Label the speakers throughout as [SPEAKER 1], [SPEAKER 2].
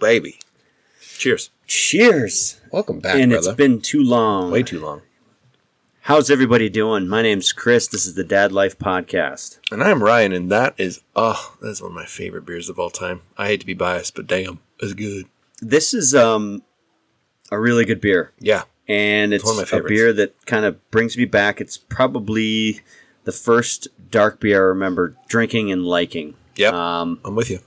[SPEAKER 1] baby. Cheers.
[SPEAKER 2] Cheers.
[SPEAKER 1] Welcome back,
[SPEAKER 2] And
[SPEAKER 1] Ah, brother.
[SPEAKER 2] it's been too long.
[SPEAKER 1] Way too long.
[SPEAKER 2] How's everybody doing? My name's Chris. This is the Dad Life Podcast.
[SPEAKER 1] And I'm Ryan, and that is oh, that's one of my favorite beers of all time. I hate to be biased, but damn, it's good.
[SPEAKER 2] This is um a really good beer.
[SPEAKER 1] Yeah,
[SPEAKER 2] And it's,
[SPEAKER 1] one of my
[SPEAKER 2] a
[SPEAKER 1] favorites.
[SPEAKER 2] beer that kind of brings me back. It's probably the first dark beer I remember drinking and liking.
[SPEAKER 1] Yep.
[SPEAKER 2] Um,
[SPEAKER 1] I'm with you.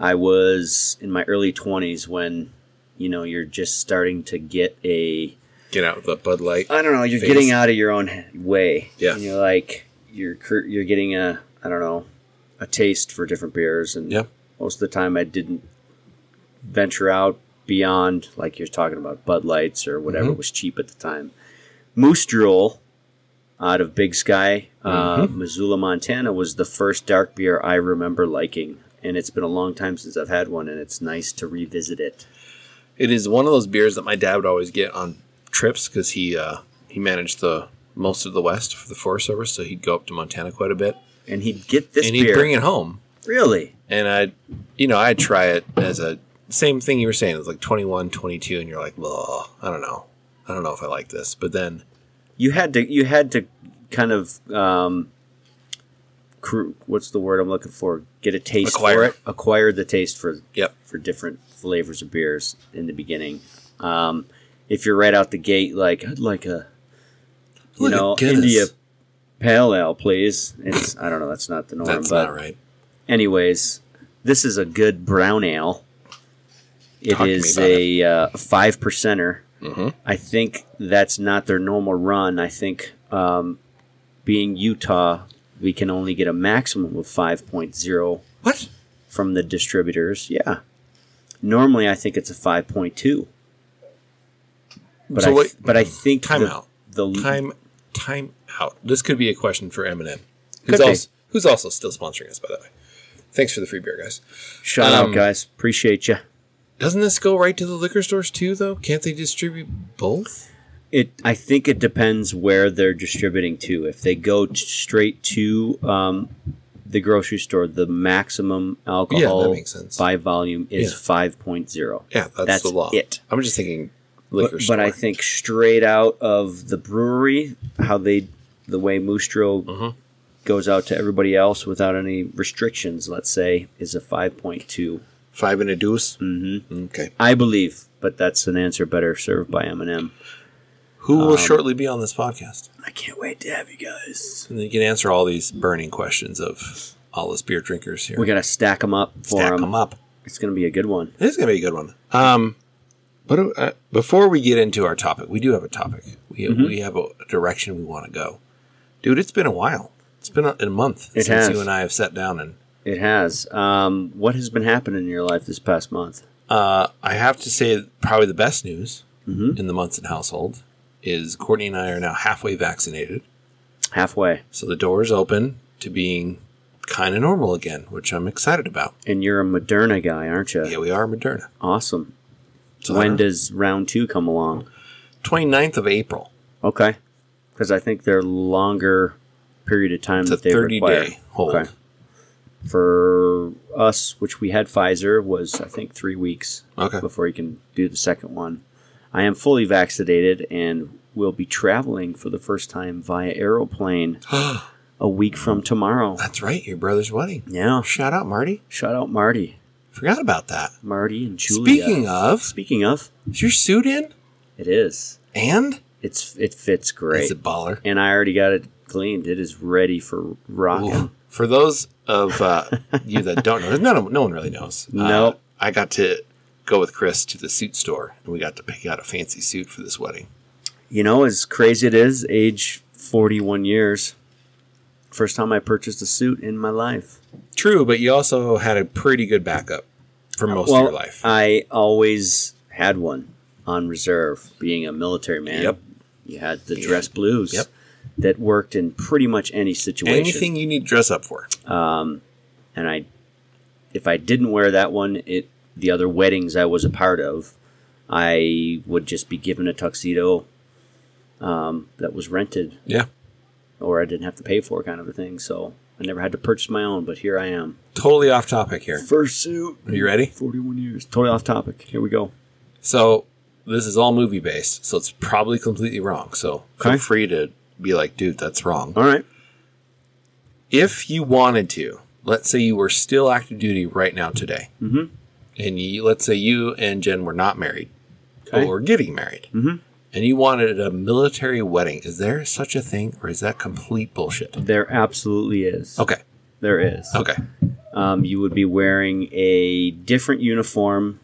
[SPEAKER 2] I was in my early 20s when, you know, you're just starting to get a
[SPEAKER 1] Get out with the Bud Light.
[SPEAKER 2] I don't know. You're
[SPEAKER 1] Phase.
[SPEAKER 2] getting out of your own way.
[SPEAKER 1] Yeah.
[SPEAKER 2] And you're like you're cur- you're getting a I don't know a taste for different beers, and
[SPEAKER 1] Yeah.
[SPEAKER 2] most of the time I didn't venture out beyond like you're talking about Bud Lights or
[SPEAKER 1] Mm-hmm.
[SPEAKER 2] whatever was cheap at the time. Moose Drool, out of Big Sky, uh,
[SPEAKER 1] Mm-hmm.
[SPEAKER 2] Missoula, Montana, was the first dark beer I remember liking. And it's been a long time since I've had one, and it's nice to revisit it.
[SPEAKER 1] It is one of those beers that my dad would always get on trips because he uh, he managed the most of the West for the Forest Service, so he'd go up to Montana quite a bit,
[SPEAKER 2] And he'd get this
[SPEAKER 1] and he'd
[SPEAKER 2] beer.
[SPEAKER 1] bring it home.
[SPEAKER 2] really?
[SPEAKER 1] And I, you know, I'd try it as a same thing you were saying. It's like 21, 22, and you're like, well, I don't know, I don't know if I like this. But then,
[SPEAKER 2] you had to you had to kind of um cr- what's the word i'm looking for get a taste for
[SPEAKER 1] Acquire.
[SPEAKER 2] it acquire the taste for
[SPEAKER 1] yep,
[SPEAKER 2] for different flavors of beers in the beginning um if you're right out the gate like i'd like a you
[SPEAKER 1] Look at
[SPEAKER 2] know
[SPEAKER 1] Guinness.
[SPEAKER 2] india pale ale please it's i don't know that's not the norm
[SPEAKER 1] that's
[SPEAKER 2] but
[SPEAKER 1] not right.
[SPEAKER 2] anyways this is a good brown ale It is
[SPEAKER 1] Talk to me about
[SPEAKER 2] a uh, five percenter
[SPEAKER 1] Mm-hmm.
[SPEAKER 2] I think that's not their normal run. I think um, being Utah, we can only get a maximum of 5.0
[SPEAKER 1] What?
[SPEAKER 2] from the distributors. Yeah. Normally, I think it's a 5.2. But,
[SPEAKER 1] So
[SPEAKER 2] I,
[SPEAKER 1] what-
[SPEAKER 2] but I think
[SPEAKER 1] Time
[SPEAKER 2] the,
[SPEAKER 1] out.
[SPEAKER 2] the
[SPEAKER 1] Time, time out. This could be a question for Eminem,
[SPEAKER 2] Could
[SPEAKER 1] who's
[SPEAKER 2] be.
[SPEAKER 1] also, who's also still sponsoring us, by the way. Thanks for the free beer, guys.
[SPEAKER 2] shout
[SPEAKER 1] um,
[SPEAKER 2] out, guys. Appreciate you.
[SPEAKER 1] Doesn't this go right to the liquor stores too, though? Can't they distribute both?
[SPEAKER 2] It. I think it depends where they're distributing to. If they go t- straight to um, the grocery store, the maximum alcohol
[SPEAKER 1] makes sense.
[SPEAKER 2] by volume is
[SPEAKER 1] Yeah.
[SPEAKER 2] 5.0.
[SPEAKER 1] Yeah, that's,
[SPEAKER 2] That's
[SPEAKER 1] the law.
[SPEAKER 2] it.
[SPEAKER 1] I'm just thinking liquor
[SPEAKER 2] but,
[SPEAKER 1] store.
[SPEAKER 2] but I think straight out of the brewery, how they, the way Mustro
[SPEAKER 1] Mm-hmm.
[SPEAKER 2] goes out to everybody else without any restrictions, let's say, is a 5.2,
[SPEAKER 1] five and a deuce. Mm-hmm. Okay.
[SPEAKER 2] I believe. But that's an answer better served by Eminem.
[SPEAKER 1] Who
[SPEAKER 2] Um,
[SPEAKER 1] will shortly be on this podcast,
[SPEAKER 2] I can't wait to have you guys.
[SPEAKER 1] and you can answer all these burning questions of all us beer drinkers here.
[SPEAKER 2] We gotta stack them up for
[SPEAKER 1] Stack
[SPEAKER 2] 'em.
[SPEAKER 1] them up.
[SPEAKER 2] It's gonna be a good one.
[SPEAKER 1] This is gonna be a good one. Um, but uh, before we get into our topic, we do have a topic. We
[SPEAKER 2] Mm-hmm.
[SPEAKER 1] have, we have a direction we want to go, dude. It's been a while. It's been a, a month
[SPEAKER 2] It
[SPEAKER 1] since
[SPEAKER 2] has.
[SPEAKER 1] you and I have sat down, and
[SPEAKER 2] It has. Um, what has been happening in your life this past month?
[SPEAKER 1] uh, I have to say, probably the best news
[SPEAKER 2] Mm-hmm.
[SPEAKER 1] in the Munson household is Courtney and I are now halfway vaccinated.
[SPEAKER 2] Halfway,
[SPEAKER 1] So the door is open to being kind of normal again, which I'm excited about.
[SPEAKER 2] and you're a Moderna guy, aren't you?
[SPEAKER 1] Yeah, we are Moderna.
[SPEAKER 2] Awesome.
[SPEAKER 1] So
[SPEAKER 2] when
[SPEAKER 1] I don't
[SPEAKER 2] does round two come along?
[SPEAKER 1] know. 29th of April?
[SPEAKER 2] Okay. Because I think they're longer period of time
[SPEAKER 1] It's a
[SPEAKER 2] that they
[SPEAKER 1] 30
[SPEAKER 2] require.
[SPEAKER 1] day hold.
[SPEAKER 2] Okay. For us, which we had Pfizer, was I think three weeks
[SPEAKER 1] Okay.
[SPEAKER 2] before you can do the second one. I am fully vaccinated and will be traveling for the first time via aeroplane a week from tomorrow.
[SPEAKER 1] That's right, your brother's wedding. Oh,
[SPEAKER 2] Yeah.
[SPEAKER 1] Shout out, Marty.
[SPEAKER 2] Shout out Marty.
[SPEAKER 1] Forgot about that.
[SPEAKER 2] Marty and Julia.
[SPEAKER 1] Speaking of,
[SPEAKER 2] Speaking of,
[SPEAKER 1] is your suit in?
[SPEAKER 2] it is.
[SPEAKER 1] And?
[SPEAKER 2] It's it fits great.
[SPEAKER 1] It's a baller.
[SPEAKER 2] and I already got it cleaned. It is ready for rocking.
[SPEAKER 1] Oof. For those of uh, you that don't know, no, no one really knows. Uh,
[SPEAKER 2] Nope.
[SPEAKER 1] I got to go with Chris to the suit store, and we got to pick out a fancy suit for this wedding.
[SPEAKER 2] you know, as crazy it is, age 41 years, first time I purchased a suit in my life.
[SPEAKER 1] True, but you also had a pretty good backup for most of your life.
[SPEAKER 2] I always had one on reserve, being a military man.
[SPEAKER 1] Yep.
[SPEAKER 2] You had the dress blues
[SPEAKER 1] Yep.
[SPEAKER 2] that worked in pretty much any situation.
[SPEAKER 1] Anything you need to dress up for.
[SPEAKER 2] and I, if I didn't wear that one, it the other weddings I was a part of, I would just be given a tuxedo um, that was rented
[SPEAKER 1] Yeah.
[SPEAKER 2] or I didn't have to pay for, kind of a thing. So I never had to purchase my own, but here I am.
[SPEAKER 1] Totally off topic here.
[SPEAKER 2] First suit.
[SPEAKER 1] Are you ready?
[SPEAKER 2] 41 years. Totally off topic. Here we go.
[SPEAKER 1] So this is all movie based, so it's probably completely wrong. So
[SPEAKER 2] Okay.
[SPEAKER 1] feel free to be like, dude, that's wrong.
[SPEAKER 2] All right.
[SPEAKER 1] If you wanted to, let's say you were still active duty right now today, mm-hmm. and you, let's say you and Jen were not married,
[SPEAKER 2] Okay.
[SPEAKER 1] but were getting married, mm-hmm. and you wanted a military wedding, is there such a thing, or is that complete bullshit?
[SPEAKER 2] There absolutely is.
[SPEAKER 1] Okay,
[SPEAKER 2] There is.
[SPEAKER 1] okay,
[SPEAKER 2] um, you would be wearing a different uniform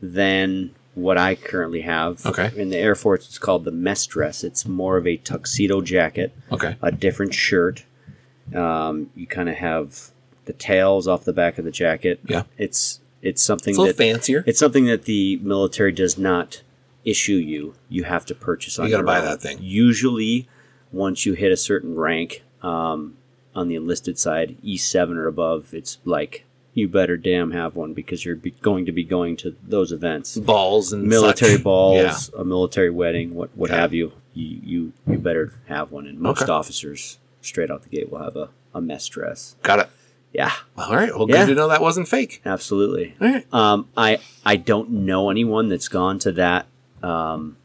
[SPEAKER 2] than what I currently have.
[SPEAKER 1] Okay.
[SPEAKER 2] In the Air Force, it's called the mess dress. It's more of a tuxedo jacket,
[SPEAKER 1] okay,
[SPEAKER 2] a different shirt. Um, you kind of have the tails off the back of the jacket.
[SPEAKER 1] Yeah.
[SPEAKER 2] It's it's something
[SPEAKER 1] it's a little
[SPEAKER 2] that
[SPEAKER 1] fancier.
[SPEAKER 2] it's something that the military does not issue you. You have to purchase on
[SPEAKER 1] You gotta
[SPEAKER 2] your
[SPEAKER 1] buy
[SPEAKER 2] own.
[SPEAKER 1] that thing.
[SPEAKER 2] Usually, once you hit a certain rank um, on the enlisted side, E7 or above, it's like you better damn have one because you're be- going to be going to those events.
[SPEAKER 1] Balls and
[SPEAKER 2] Military
[SPEAKER 1] such. Yeah.
[SPEAKER 2] balls, a military wedding, what what
[SPEAKER 1] Yeah.
[SPEAKER 2] have you. You, you. you better have one. And most
[SPEAKER 1] Okay.
[SPEAKER 2] officers, straight out the gate, will have a, a mess dress.
[SPEAKER 1] Got it.
[SPEAKER 2] Yeah,
[SPEAKER 1] All right. Well,
[SPEAKER 2] Yeah.
[SPEAKER 1] good to know that wasn't fake.
[SPEAKER 2] absolutely.
[SPEAKER 1] All right.
[SPEAKER 2] Um, I I don't know anyone that's gone to that um,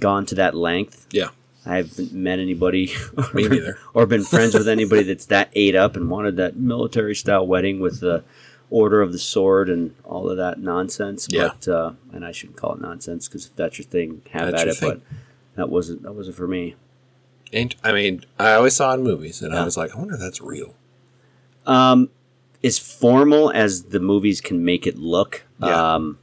[SPEAKER 2] gone to that length.
[SPEAKER 1] Yeah.
[SPEAKER 2] I haven't met anybody,
[SPEAKER 1] Me neither.
[SPEAKER 2] or been friends with anybody that's that ate up and wanted that military style wedding with the order of the sword and all of that nonsense.
[SPEAKER 1] Yeah.
[SPEAKER 2] But uh, and I shouldn't call it nonsense because if that's your thing, have
[SPEAKER 1] That's
[SPEAKER 2] at
[SPEAKER 1] your
[SPEAKER 2] it. But
[SPEAKER 1] thing.
[SPEAKER 2] that wasn't that wasn't for me.
[SPEAKER 1] And I mean, I always saw in movies, and
[SPEAKER 2] Yeah.
[SPEAKER 1] I was like, I wonder if that's real.
[SPEAKER 2] Um, as formal as the movies can make it look,
[SPEAKER 1] Yeah.
[SPEAKER 2] um,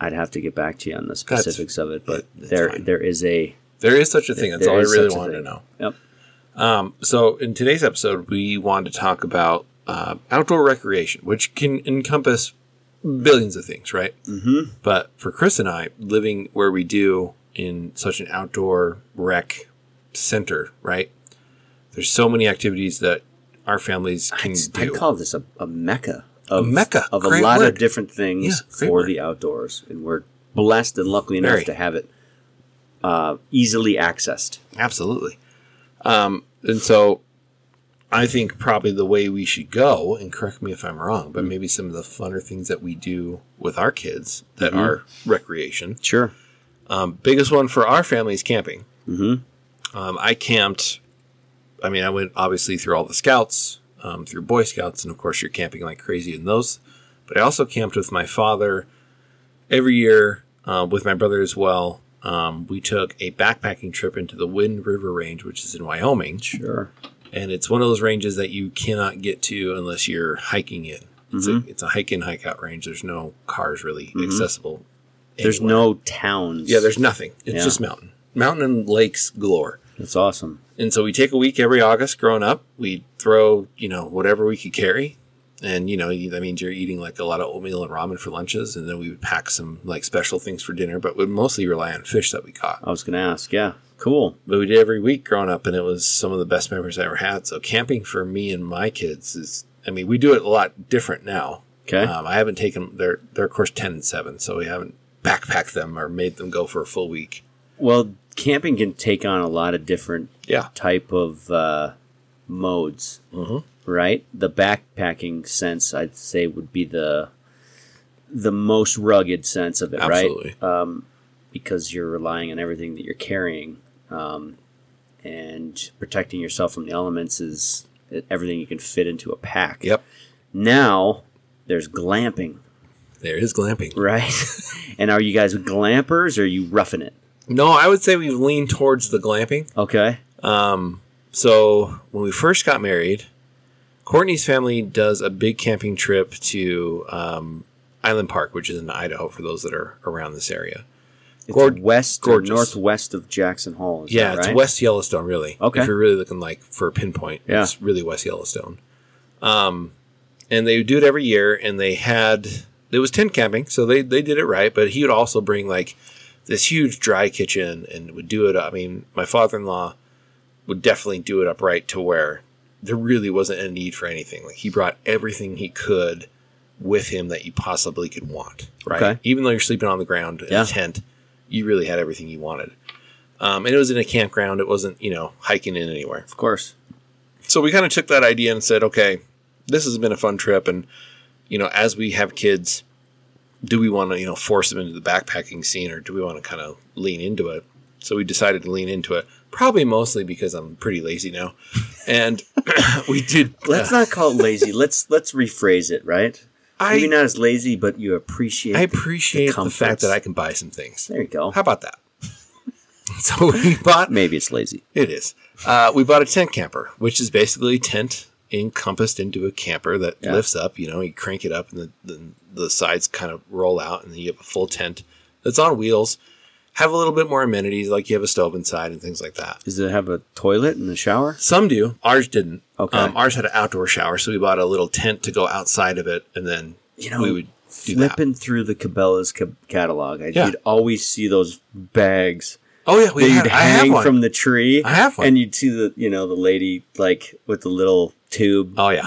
[SPEAKER 2] I'd have to get back to you on the
[SPEAKER 1] That's-
[SPEAKER 2] specifics of it, but
[SPEAKER 1] that's
[SPEAKER 2] there
[SPEAKER 1] fine.
[SPEAKER 2] there is a
[SPEAKER 1] There is such a thing. That's
[SPEAKER 2] there
[SPEAKER 1] all I
[SPEAKER 2] is
[SPEAKER 1] really
[SPEAKER 2] such a
[SPEAKER 1] wanted to
[SPEAKER 2] thing.
[SPEAKER 1] know.
[SPEAKER 2] yep.
[SPEAKER 1] Um, so in today's episode, we wanted to talk about uh, outdoor recreation, which can encompass billions of things, right? Mm-hmm. But for Chris and I, living where we do in such an outdoor rec center, right? There's so many activities that our families can
[SPEAKER 2] I'd
[SPEAKER 1] do.
[SPEAKER 2] call this a, a mecca of
[SPEAKER 1] mecca.
[SPEAKER 2] of a
[SPEAKER 1] Great
[SPEAKER 2] lot
[SPEAKER 1] word.
[SPEAKER 2] of different things
[SPEAKER 1] Yeah, great
[SPEAKER 2] for
[SPEAKER 1] word.
[SPEAKER 2] the outdoors, and we're blessed and lucky enough
[SPEAKER 1] Very.
[SPEAKER 2] to have it uh, easily accessed.
[SPEAKER 1] Absolutely. Um, and so I think probably the way we should go, and correct me if I'm wrong, but maybe some of the funner things that we do with our kids that are recreation.
[SPEAKER 2] Sure.
[SPEAKER 1] Um, biggest one for our family is camping. Mm-hmm. Um, I camped, I mean, I went obviously through all the scouts, um, through Boy Scouts, and of course you're camping like crazy in those. But I also camped with my father every year uh, with my brother as well. Um, we took a backpacking trip into the Wind River Range, which is in Wyoming.
[SPEAKER 2] Sure.
[SPEAKER 1] And it's one of those ranges that you cannot get to unless you're hiking in. It's,
[SPEAKER 2] Mm-hmm.
[SPEAKER 1] a, it's a hike in, hike out range. There's no cars really accessible.
[SPEAKER 2] There's
[SPEAKER 1] anywhere.
[SPEAKER 2] no towns.
[SPEAKER 1] Yeah, there's nothing. It's
[SPEAKER 2] Yeah.
[SPEAKER 1] just mountain. Mountain and lakes galore.
[SPEAKER 2] That's awesome.
[SPEAKER 1] And so we take a week every August growing up. We throw, you know, whatever we could carry. And, you know, that means you're eating like a lot of oatmeal and ramen for lunches. And then we would pack some like special things for dinner, but we'd mostly rely on fish that we caught.
[SPEAKER 2] I was going to ask. Yeah. Cool.
[SPEAKER 1] But we did every week growing up, and it was some of the best memories I ever had. So camping for me and my kids is, I mean, we do it a lot different now.
[SPEAKER 2] Okay.
[SPEAKER 1] Um, I haven't taken their, they're of course 10 and 7, so we haven't backpacked them or made them go for a full week.
[SPEAKER 2] Well, camping can take on a lot of different
[SPEAKER 1] Yeah. Mm-hmm.
[SPEAKER 2] type of uh, modes, right? The backpacking sense, I'd say, would be the the most rugged sense of it,
[SPEAKER 1] Absolutely.
[SPEAKER 2] right? Because you're relying on everything that you're carrying, um, and protecting yourself from the elements is everything you can fit into a pack.
[SPEAKER 1] Yep.
[SPEAKER 2] Now there's glamping,
[SPEAKER 1] There is glamping.
[SPEAKER 2] right? and are you guys glampers or are you roughing it?
[SPEAKER 1] No, I would say we've leaned towards the glamping.
[SPEAKER 2] Okay.
[SPEAKER 1] So when we first got married, Courtney's family does a big camping trip to um, Island Park, which is in Idaho for those that are around this area.
[SPEAKER 2] It's
[SPEAKER 1] Gor-
[SPEAKER 2] west or
[SPEAKER 1] gorgeous.
[SPEAKER 2] northwest of Jackson Hall. Is
[SPEAKER 1] Yeah,
[SPEAKER 2] that
[SPEAKER 1] it's
[SPEAKER 2] right?
[SPEAKER 1] West Yellowstone, really.
[SPEAKER 2] Okay.
[SPEAKER 1] If you're really looking like for a pinpoint,
[SPEAKER 2] Yeah.
[SPEAKER 1] it's really West Yellowstone. Um, and they do it every year, and they had it was tent camping, so they they did it right. But he would also bring like this huge dry kitchen and would do it. I mean, my father in law would definitely do it upright to where there really wasn't a need for anything. Like he brought everything he could with him that you possibly could want. Right.
[SPEAKER 2] Okay.
[SPEAKER 1] Even though you're sleeping on the ground in
[SPEAKER 2] Yeah.
[SPEAKER 1] a tent, you really had everything you wanted. Um, and it was in a campground. It wasn't, you know, hiking in anywhere.
[SPEAKER 2] Of course.
[SPEAKER 1] So we kind of took that idea and said, okay, this has been a fun trip. And, you know, as we have kids, do we want to, you know, force them into the backpacking scene or do we want to kind of lean into it? So we decided to lean into it, probably mostly because I'm pretty lazy now. And we did.
[SPEAKER 2] Let's not call it lazy. let's let's rephrase it, right?
[SPEAKER 1] I,
[SPEAKER 2] Maybe not as lazy, but you appreciate.
[SPEAKER 1] I
[SPEAKER 2] the-
[SPEAKER 1] appreciate the, fact
[SPEAKER 2] comforts.
[SPEAKER 1] that I can buy some things.
[SPEAKER 2] There you go.
[SPEAKER 1] How about that? so we bought
[SPEAKER 2] Maybe it's lazy.
[SPEAKER 1] It is. Uh, we bought a tent camper, which is basically a tent encompassed into a camper that
[SPEAKER 2] Yeah.
[SPEAKER 1] lifts up. You know, you crank it up, and the, the the sides kind of roll out, and then you have a full tent that's on wheels. Have a little bit more amenities, like you have a stove inside and things like that.
[SPEAKER 2] Does it have a toilet and a shower?
[SPEAKER 1] Some do. Ours didn't.
[SPEAKER 2] Okay.
[SPEAKER 1] Um, ours had an outdoor shower, so we bought a little tent to go outside of it, and then
[SPEAKER 2] You know,
[SPEAKER 1] we would do that.
[SPEAKER 2] Flipping through the Cabela's ca- catalog, I
[SPEAKER 1] Yeah.
[SPEAKER 2] did always see those bags
[SPEAKER 1] Oh yeah, we
[SPEAKER 2] that
[SPEAKER 1] had,
[SPEAKER 2] you'd
[SPEAKER 1] I have
[SPEAKER 2] hang
[SPEAKER 1] one.
[SPEAKER 2] from the tree.
[SPEAKER 1] I have one.
[SPEAKER 2] and you'd see the you know the lady like with the little tube.
[SPEAKER 1] oh yeah.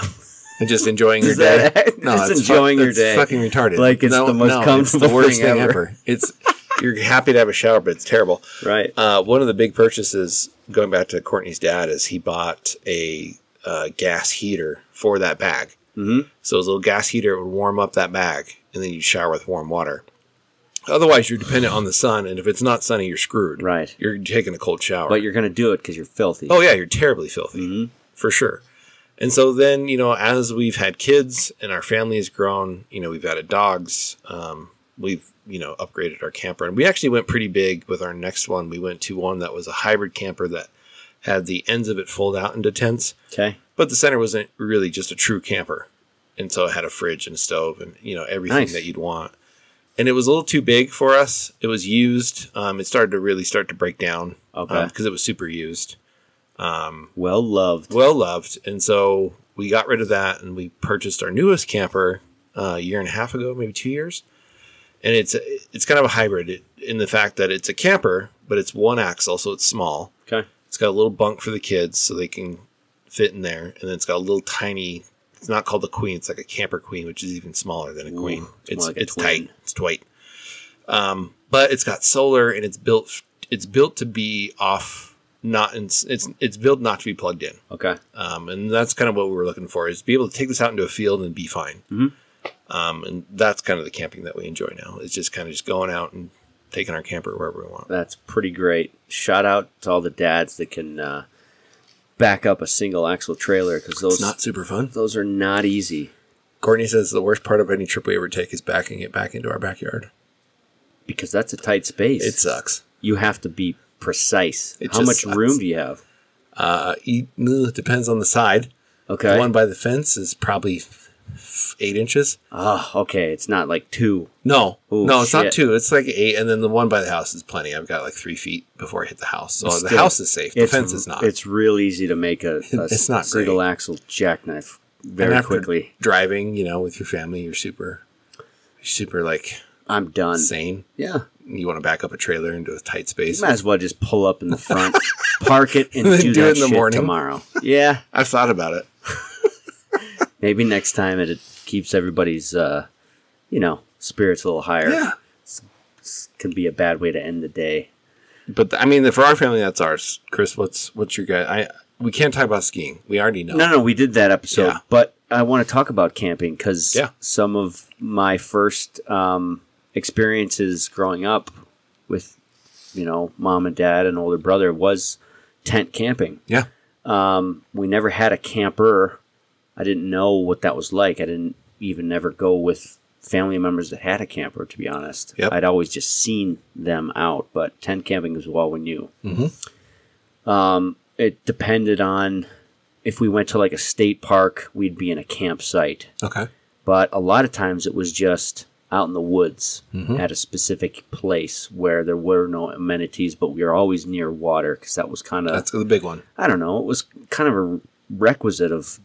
[SPEAKER 1] And just enjoying your
[SPEAKER 2] Is that
[SPEAKER 1] day.
[SPEAKER 2] it? Just enjoying your
[SPEAKER 1] it's
[SPEAKER 2] day.
[SPEAKER 1] fucking retarded.
[SPEAKER 2] Like, it's the most comfortable thing ever.
[SPEAKER 1] It's you're happy to have a shower, but it's terrible.
[SPEAKER 2] Right.
[SPEAKER 1] Uh, one of the big purchases, going back to Courtney's dad, is he bought a uh, gas heater for that bag.
[SPEAKER 2] Mhm.
[SPEAKER 1] So his little gas heater would warm up that bag, and then you shower with warm water. Otherwise, you're dependent on the sun, and if it's not sunny, you're screwed.
[SPEAKER 2] Right.
[SPEAKER 1] You're taking a cold shower.
[SPEAKER 2] But you're gonna do it because you're filthy.
[SPEAKER 1] Oh yeah, you're terribly filthy
[SPEAKER 2] Mm-hmm.
[SPEAKER 1] for sure. And so then you know, as we've had kids and our family has grown, you know, we've added dogs. Um, we've you know upgraded our camper, and we actually went pretty big with our next one. We went to one that was a hybrid camper that had the ends of it fold out into tents,
[SPEAKER 2] Okay.
[SPEAKER 1] but the center wasn't really just a true camper, and so it had a fridge and a stove and you know everything
[SPEAKER 2] Nice.
[SPEAKER 1] that you'd want. And it was a little too big for us. It was used. Um, it started to really start to break down
[SPEAKER 2] Okay.
[SPEAKER 1] because it was super used
[SPEAKER 2] Well loved.
[SPEAKER 1] well loved. And so we got rid of that and we purchased our newest camper uh, a year and a half ago, maybe two years. And it's it's kind of a hybrid it- in the fact that it's a camper, but it's one axle, so it's small.
[SPEAKER 2] Okay.
[SPEAKER 1] It's got a little bunk for the kids so they can fit in there, and then it's got a little tiny. It's not called a queen; it's like a camper queen, which is even smaller than a queen. It's
[SPEAKER 2] more like a
[SPEAKER 1] it's
[SPEAKER 2] twin.
[SPEAKER 1] tight. It's tight. Um, but it's got solar, and it's built. It's built to be off, not in, it's it's built not to be plugged in.
[SPEAKER 2] Okay.
[SPEAKER 1] Um, and that's kind of what we were looking for is to be able to take this out into a field and be fine.
[SPEAKER 2] Mm-hmm.
[SPEAKER 1] Um, and that's kind of the camping that we enjoy now. It's just kind of just going out and taking our camper wherever we want.
[SPEAKER 2] That's pretty great. Shout out to all the dads that can uh, back up a single axle trailer because those
[SPEAKER 1] It's not super fun.
[SPEAKER 2] those are not easy.
[SPEAKER 1] Courtney says the worst part of any trip we ever take is backing it back into our backyard.
[SPEAKER 2] because that's a tight space.
[SPEAKER 1] It sucks.
[SPEAKER 2] you have to be precise.
[SPEAKER 1] It
[SPEAKER 2] How
[SPEAKER 1] just
[SPEAKER 2] much
[SPEAKER 1] sucks.
[SPEAKER 2] room do you have?
[SPEAKER 1] Uh, you- mm, it depends on the side.
[SPEAKER 2] Okay.
[SPEAKER 1] The one by the fence is probably f- f- eight inches.
[SPEAKER 2] Ah, okay. It's not like two.
[SPEAKER 1] No,
[SPEAKER 2] Ooh,
[SPEAKER 1] no, it's not
[SPEAKER 2] Oh, shit.
[SPEAKER 1] two. It's like eight, and then the one by the house is plenty. I've got like three feet before I hit the house, so the
[SPEAKER 2] Still,
[SPEAKER 1] house is safe. The
[SPEAKER 2] it's-
[SPEAKER 1] fence is not.
[SPEAKER 2] It's real easy to make a, a
[SPEAKER 1] It's not
[SPEAKER 2] single axle jackknife
[SPEAKER 1] And
[SPEAKER 2] very
[SPEAKER 1] after
[SPEAKER 2] quickly.
[SPEAKER 1] driving you know with your family you're super you're super like
[SPEAKER 2] I'm done.
[SPEAKER 1] sane
[SPEAKER 2] Yeah.
[SPEAKER 1] you want to back up a trailer into a tight space
[SPEAKER 2] Might as well just pull up in the front, park it, and
[SPEAKER 1] Then
[SPEAKER 2] do,
[SPEAKER 1] do it
[SPEAKER 2] that
[SPEAKER 1] in the
[SPEAKER 2] shit
[SPEAKER 1] morning.
[SPEAKER 2] tomorrow. Yeah.
[SPEAKER 1] i've thought about it
[SPEAKER 2] Maybe next time it, it keeps everybody's, uh, you know, spirits a little higher. This Can be a bad way to end the day.
[SPEAKER 1] but th- i mean for our family that's ours chris what's what's your guy i we can't talk about skiing we already know
[SPEAKER 2] No, no, we did that episode,
[SPEAKER 1] Yeah.
[SPEAKER 2] but I want to talk about camping because
[SPEAKER 1] Yeah.
[SPEAKER 2] some of my first um, experiences growing up with, you know, mom and dad and older brother was tent camping.
[SPEAKER 1] yeah
[SPEAKER 2] Um, we never had a camper. I didn't know what that was like. I didn't even ever go with family members that had a camper, to be honest.
[SPEAKER 1] Yep.
[SPEAKER 2] I'd always just seen them out, but tent camping was all we knew.
[SPEAKER 1] Mhm.
[SPEAKER 2] Um, it depended on if we went to like a state park, we'd be in a campsite.
[SPEAKER 1] okay
[SPEAKER 2] But a lot of times it was just out in the woods
[SPEAKER 1] Mm-hmm.
[SPEAKER 2] at a specific place where there were no amenities, but we were always near water because that was kind of
[SPEAKER 1] that's the big one
[SPEAKER 2] I don't know. It was kind of a requisite of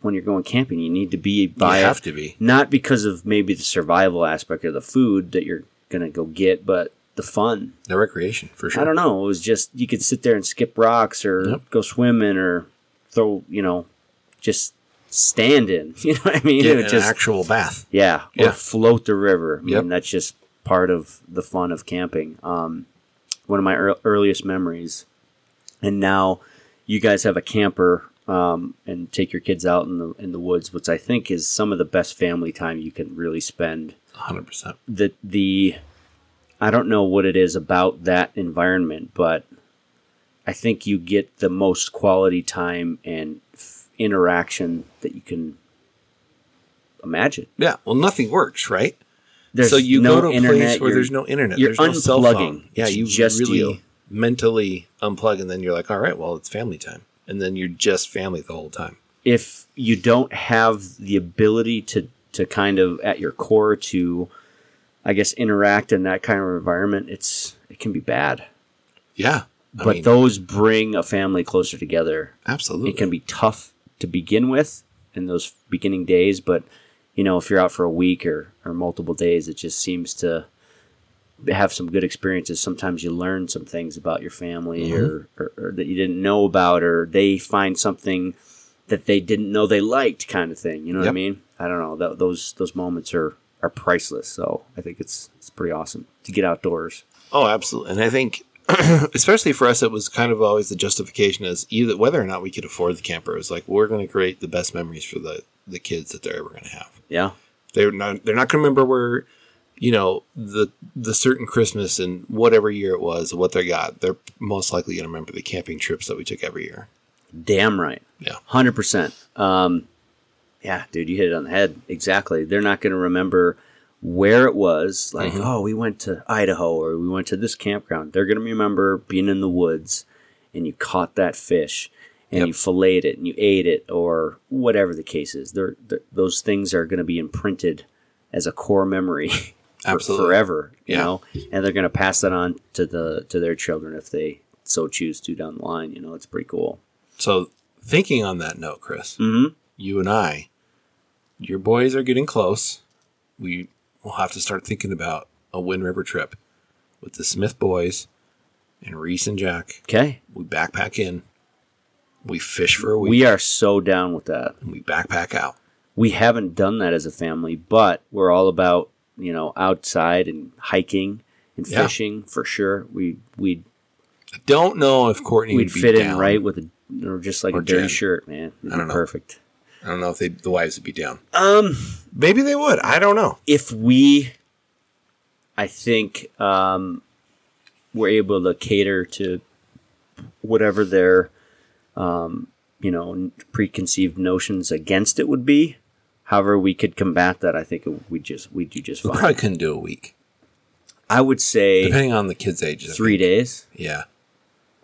[SPEAKER 2] when you're going camping. You need to be
[SPEAKER 1] you
[SPEAKER 2] by
[SPEAKER 1] have
[SPEAKER 2] it,
[SPEAKER 1] to be
[SPEAKER 2] not because of maybe the survival aspect or the food that you're gonna go get, but the fun.
[SPEAKER 1] the recreation for sure
[SPEAKER 2] I don't know. It was just you could sit there and skip rocks or
[SPEAKER 1] Yep.
[SPEAKER 2] go swimming or throw. You know, just stand in. You know what I mean?
[SPEAKER 1] Get
[SPEAKER 2] It
[SPEAKER 1] an
[SPEAKER 2] just
[SPEAKER 1] actual bath
[SPEAKER 2] yeah, or
[SPEAKER 1] Yeah.
[SPEAKER 2] float the river. I mean,
[SPEAKER 1] Yep.
[SPEAKER 2] that's just part of the fun of camping. Um, one of my ear- earliest memories. And now you guys have a camper um, and take your kids out in the in the woods, which I think is some of the best family time you can really spend.
[SPEAKER 1] 100%.
[SPEAKER 2] The the I don't know what it is about that environment, but I think you get the most quality time and f- interaction that you can imagine.
[SPEAKER 1] Yeah. Well, nothing works, right?
[SPEAKER 2] There's
[SPEAKER 1] so you
[SPEAKER 2] no
[SPEAKER 1] go to a
[SPEAKER 2] internet,
[SPEAKER 1] place where
[SPEAKER 2] you're-
[SPEAKER 1] there's no internet,
[SPEAKER 2] you're
[SPEAKER 1] there's no cell
[SPEAKER 2] unplugging.
[SPEAKER 1] phone. Yeah,
[SPEAKER 2] It's
[SPEAKER 1] you
[SPEAKER 2] just
[SPEAKER 1] really
[SPEAKER 2] you.
[SPEAKER 1] mentally unplug, and then you're like, all right, well, it's family time, and then you're just family the whole time.
[SPEAKER 2] if you don't have the ability to to kind of at your core to I guess interact in that kind of environment, it's it can be bad.
[SPEAKER 1] Yeah, I
[SPEAKER 2] but
[SPEAKER 1] mean,
[SPEAKER 2] those bring a family closer together.
[SPEAKER 1] absolutely,
[SPEAKER 2] It can be tough to begin with in those beginning days, but you know, if you're out for a week or, or multiple days, it just seems to have some good experiences. Sometimes you learn some things about your family
[SPEAKER 1] Mm-hmm.
[SPEAKER 2] or, or, or that you didn't know about, or they find something that they didn't know they liked, kind of thing. You know what I
[SPEAKER 1] Yep.
[SPEAKER 2] mean? I don't know. Tho- those those moments are are priceless. So I think it's it's pretty awesome to get outdoors.
[SPEAKER 1] Oh, absolutely. And I think, especially for us, it was kind of always the justification is either whether or not we could afford the camper. It was like we're going to create the best memories for the the kids that they're ever going to have.
[SPEAKER 2] Yeah,
[SPEAKER 1] They're not they're not going to remember where, you know, the the certain Christmas and whatever year it was, what they got. They're most likely going to remember the camping trips that we took every year.
[SPEAKER 2] damn right.
[SPEAKER 1] Yeah.
[SPEAKER 2] Hundred percent. Um, yeah, dude, you hit it on the head. Exactly. They're not going to remember where it was. Like,
[SPEAKER 1] Mm-hmm.
[SPEAKER 2] oh, we went to Idaho or we went to this campground. They're going to remember being in the woods and you caught that fish and you filleted it and you ate it or whatever the case is. They're, they those things are going to be imprinted as a core memory. for-
[SPEAKER 1] Absolutely.
[SPEAKER 2] Forever, you
[SPEAKER 1] Yeah.
[SPEAKER 2] know, and they're going to pass that on to the to their children if they so choose to down the line. You know, it's pretty cool.
[SPEAKER 1] So thinking on that note, Chris,
[SPEAKER 2] Mhm.
[SPEAKER 1] you and I, your boys are getting close. We will have to start thinking about a Wind River trip with the Smith boys and Reese and Jack.
[SPEAKER 2] Okay,
[SPEAKER 1] We backpack in, we fish for a week,
[SPEAKER 2] We are so down with that.
[SPEAKER 1] and we backpack out.
[SPEAKER 2] We haven't done that as a family, but we're all about, you know, outside and hiking and
[SPEAKER 1] Yeah.
[SPEAKER 2] fishing for sure. We we'd
[SPEAKER 1] I don't know if Courtney
[SPEAKER 2] we'd
[SPEAKER 1] would be
[SPEAKER 2] fit in
[SPEAKER 1] down.
[SPEAKER 2] right with a or just like
[SPEAKER 1] Or
[SPEAKER 2] a dirty
[SPEAKER 1] Jen.
[SPEAKER 2] shirt, man. It'd
[SPEAKER 1] I
[SPEAKER 2] be
[SPEAKER 1] don't know.
[SPEAKER 2] perfect.
[SPEAKER 1] I don't know if they, the wives would be down.
[SPEAKER 2] Um
[SPEAKER 1] Maybe they would. I don't know.
[SPEAKER 2] if we I think um we're able to cater to whatever their um you know preconceived notions against it would be. However, we could combat that. I think we just we do just
[SPEAKER 1] We
[SPEAKER 2] fine.
[SPEAKER 1] probably couldn't do a week,
[SPEAKER 2] I would say
[SPEAKER 1] depending on the kids' ages. I
[SPEAKER 2] three
[SPEAKER 1] think.
[SPEAKER 2] days
[SPEAKER 1] Yeah.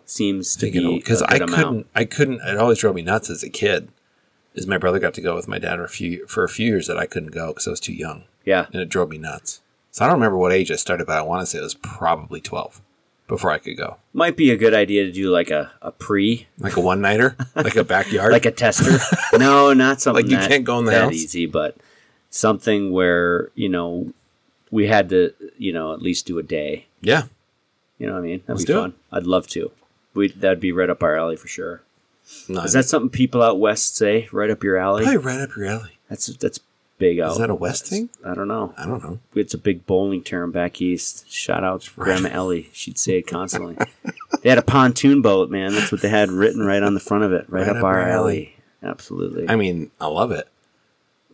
[SPEAKER 2] seems to
[SPEAKER 1] thinking
[SPEAKER 2] be
[SPEAKER 1] because
[SPEAKER 2] a
[SPEAKER 1] I
[SPEAKER 2] good
[SPEAKER 1] couldn't,
[SPEAKER 2] amount.
[SPEAKER 1] I couldn't. It always drove me nuts as a kid. Is my brother got to go with my dad for a few for a few years that I couldn't go because I was too young,
[SPEAKER 2] Yeah,
[SPEAKER 1] and it drove me nuts. So I don't remember what age I started, but I want to say it was probably twelve before I could go,
[SPEAKER 2] might be a good idea to do like a, a pre,
[SPEAKER 1] like a one nighter, like a backyard.
[SPEAKER 2] like a tester. no, not something
[SPEAKER 1] Er. Like you
[SPEAKER 2] that,
[SPEAKER 1] can't go in the
[SPEAKER 2] that
[SPEAKER 1] house?
[SPEAKER 2] easy, but something where you know we had to you know at least do a day.
[SPEAKER 1] yeah,
[SPEAKER 2] You know what I mean? That'd
[SPEAKER 1] Let's
[SPEAKER 2] be
[SPEAKER 1] do it.
[SPEAKER 2] fun. I'd love to. We that'd be right up our alley for sure.
[SPEAKER 1] no,
[SPEAKER 2] Is that something people out west say? Right up your alley?
[SPEAKER 1] probably right up your alley?
[SPEAKER 2] That's that's big out.
[SPEAKER 1] Is that a west thing?
[SPEAKER 2] I don't know.
[SPEAKER 1] I don't know.
[SPEAKER 2] it's a big bowling term back east. Shout out to Grandma Ellie. She'd say it constantly. they had a pontoon boat, man. That's what they had written right on the front of it, right, up, our alley. Absolutely.
[SPEAKER 1] I mean, I love it.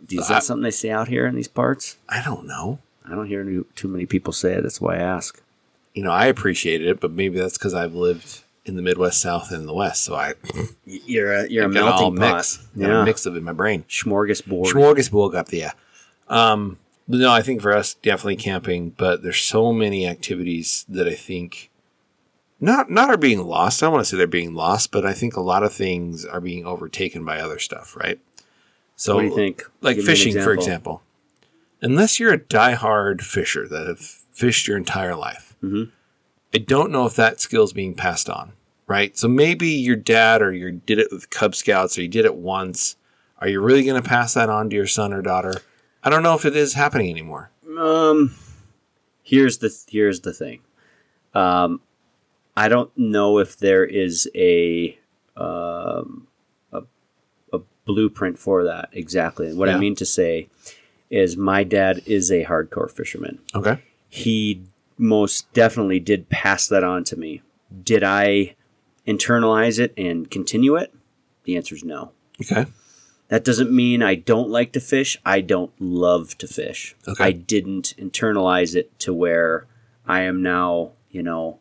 [SPEAKER 2] Is
[SPEAKER 1] I-
[SPEAKER 2] that something they say out here in these parts?
[SPEAKER 1] I don't know.
[SPEAKER 2] I don't hear new- too many people say it. That's why I ask.
[SPEAKER 1] You know, I appreciate it, but maybe that's because I've lived in the Midwest, South, and the West, so I
[SPEAKER 2] You're a, you're a
[SPEAKER 1] got all
[SPEAKER 2] melting pot.
[SPEAKER 1] mix, got
[SPEAKER 2] Yeah.
[SPEAKER 1] a mix of it in my brain.
[SPEAKER 2] Smorgasbord.
[SPEAKER 1] Smorgasbord up there. Um, no, I think for us, definitely camping, but there's so many activities that I think not not are being lost. I don't want to say they're being lost, but I think a lot of things are being overtaken by other stuff, right? So
[SPEAKER 2] What do you think?
[SPEAKER 1] Like
[SPEAKER 2] Give me an
[SPEAKER 1] fishing, for example. Unless you're a diehard fisher that have fished your entire life,
[SPEAKER 2] Mm-hmm.
[SPEAKER 1] I don't know if that skill's being passed on, right? So maybe your dad or you did it with Cub Scouts or you did it once. Are you really going to pass that on to your son or daughter? I don't know if it is happening anymore.
[SPEAKER 2] Um, here's the here's the thing. Um, I don't know if there is a um a, a blueprint for that exactly. What I
[SPEAKER 1] Yeah.
[SPEAKER 2] mean to say is, my dad is a hardcore fisherman.
[SPEAKER 1] Okay.
[SPEAKER 2] He most definitely did pass that on to me. Did I internalize it and continue it? The answer is no.
[SPEAKER 1] Okay.
[SPEAKER 2] That doesn't mean I don't like to fish. I don't love to fish.
[SPEAKER 1] Okay.
[SPEAKER 2] I didn't internalize it to where I am now, you know,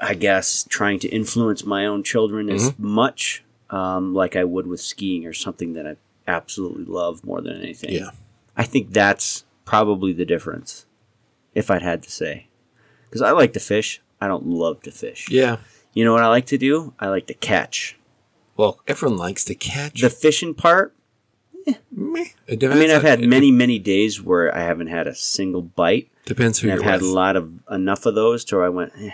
[SPEAKER 2] I guess trying to influence my own children as
[SPEAKER 1] Mm-hmm.
[SPEAKER 2] much um, like I would with skiing or something that I absolutely love more than anything.
[SPEAKER 1] Yeah.
[SPEAKER 2] I think that's probably the difference, if I'd had to say. Because I like to fish. I don't love to fish.
[SPEAKER 1] Yeah.
[SPEAKER 2] You know what I like to do? I like to catch.
[SPEAKER 1] Well, everyone likes to catch.
[SPEAKER 2] The fishing part,
[SPEAKER 1] Meh. It
[SPEAKER 2] I mean,
[SPEAKER 1] depends
[SPEAKER 2] I've
[SPEAKER 1] on-
[SPEAKER 2] had
[SPEAKER 1] it
[SPEAKER 2] many, many days where I haven't had a single bite.
[SPEAKER 1] Depends who
[SPEAKER 2] And
[SPEAKER 1] you're
[SPEAKER 2] I've had a
[SPEAKER 1] with.
[SPEAKER 2] lot of enough of those to where I went, eh.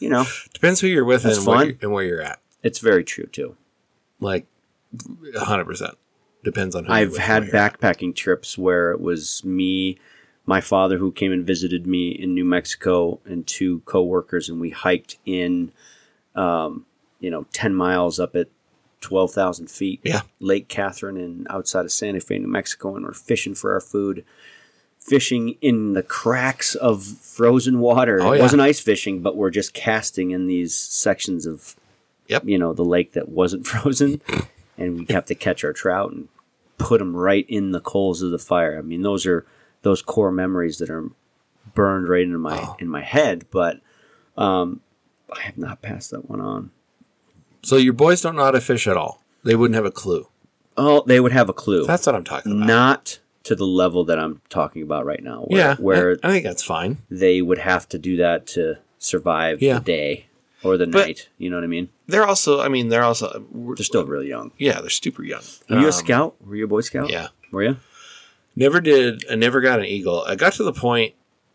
[SPEAKER 2] you know,
[SPEAKER 1] Depends who you're with
[SPEAKER 2] That's
[SPEAKER 1] and, what
[SPEAKER 2] fun.
[SPEAKER 1] you're, and where you're at.
[SPEAKER 2] it's very true too.
[SPEAKER 1] Like, hundred percent. Depends on who you're
[SPEAKER 2] I've
[SPEAKER 1] with and
[SPEAKER 2] had
[SPEAKER 1] where you're at.
[SPEAKER 2] backpacking trips where it was me, my father who came and visited me in New Mexico, and two coworkers, and we hiked in, um, you know, ten miles up at twelve thousand feet,
[SPEAKER 1] Yeah.
[SPEAKER 2] Lake Catherine, and outside of Santa Fe, New Mexico, and we're fishing for our food. Fishing in the cracks of frozen water.
[SPEAKER 1] Oh,
[SPEAKER 2] it
[SPEAKER 1] yeah.
[SPEAKER 2] wasn't ice fishing, but we're just casting in these sections of,
[SPEAKER 1] Yep.
[SPEAKER 2] you know, the lake that wasn't frozen, and we have to catch our trout and put them right in the coals of the fire. I mean, those are those core memories that are burned right into my
[SPEAKER 1] Oh.
[SPEAKER 2] in my head. But um, I have not passed that one on.
[SPEAKER 1] So your boys don't know how to fish at all. They wouldn't have a clue.
[SPEAKER 2] Oh, they would have a clue,
[SPEAKER 1] That's what I'm talking about.
[SPEAKER 2] not to the level that I'm talking about right now. Where,
[SPEAKER 1] yeah.
[SPEAKER 2] where
[SPEAKER 1] I, I think that's fine.
[SPEAKER 2] they would have to do that to survive
[SPEAKER 1] Yeah.
[SPEAKER 2] the day or the
[SPEAKER 1] But-
[SPEAKER 2] night. You know what I mean?
[SPEAKER 1] They're also. I mean, they're also. we're-
[SPEAKER 2] They're still really young.
[SPEAKER 1] yeah, they're super young.
[SPEAKER 2] Were you
[SPEAKER 1] Um,
[SPEAKER 2] a scout? Were you a boy scout?
[SPEAKER 1] Uh, yeah.
[SPEAKER 2] Were you?
[SPEAKER 1] Never did. I never got an eagle. I got to the point.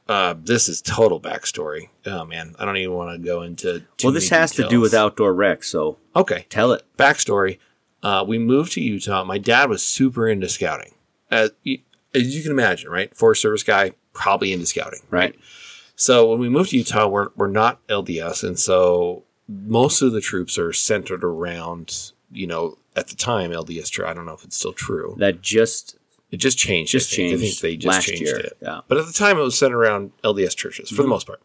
[SPEAKER 1] Uh, this is total backstory. Oh man, I don't even want to go into. too
[SPEAKER 2] Well, this
[SPEAKER 1] many
[SPEAKER 2] has to do
[SPEAKER 1] details.
[SPEAKER 2] with outdoor rec, so
[SPEAKER 1] Okay,
[SPEAKER 2] tell it.
[SPEAKER 1] backstory. Uh, we moved to Utah. My dad was super into scouting, as, you- as you can imagine, right? Forest Service guy, probably into scouting,
[SPEAKER 2] Right.
[SPEAKER 1] So when we moved to Utah, we're we're not LDS, and so most of the troops are centered around, you know, at the time LDS. tr- I don't know if it's still true.
[SPEAKER 2] That just
[SPEAKER 1] It just changed.
[SPEAKER 2] Just
[SPEAKER 1] I think. I think
[SPEAKER 2] changed
[SPEAKER 1] they just
[SPEAKER 2] last
[SPEAKER 1] changed
[SPEAKER 2] year. Mm-hmm.
[SPEAKER 1] it.
[SPEAKER 2] Yeah.
[SPEAKER 1] But at the time, it was centered around LDS churches for the most part.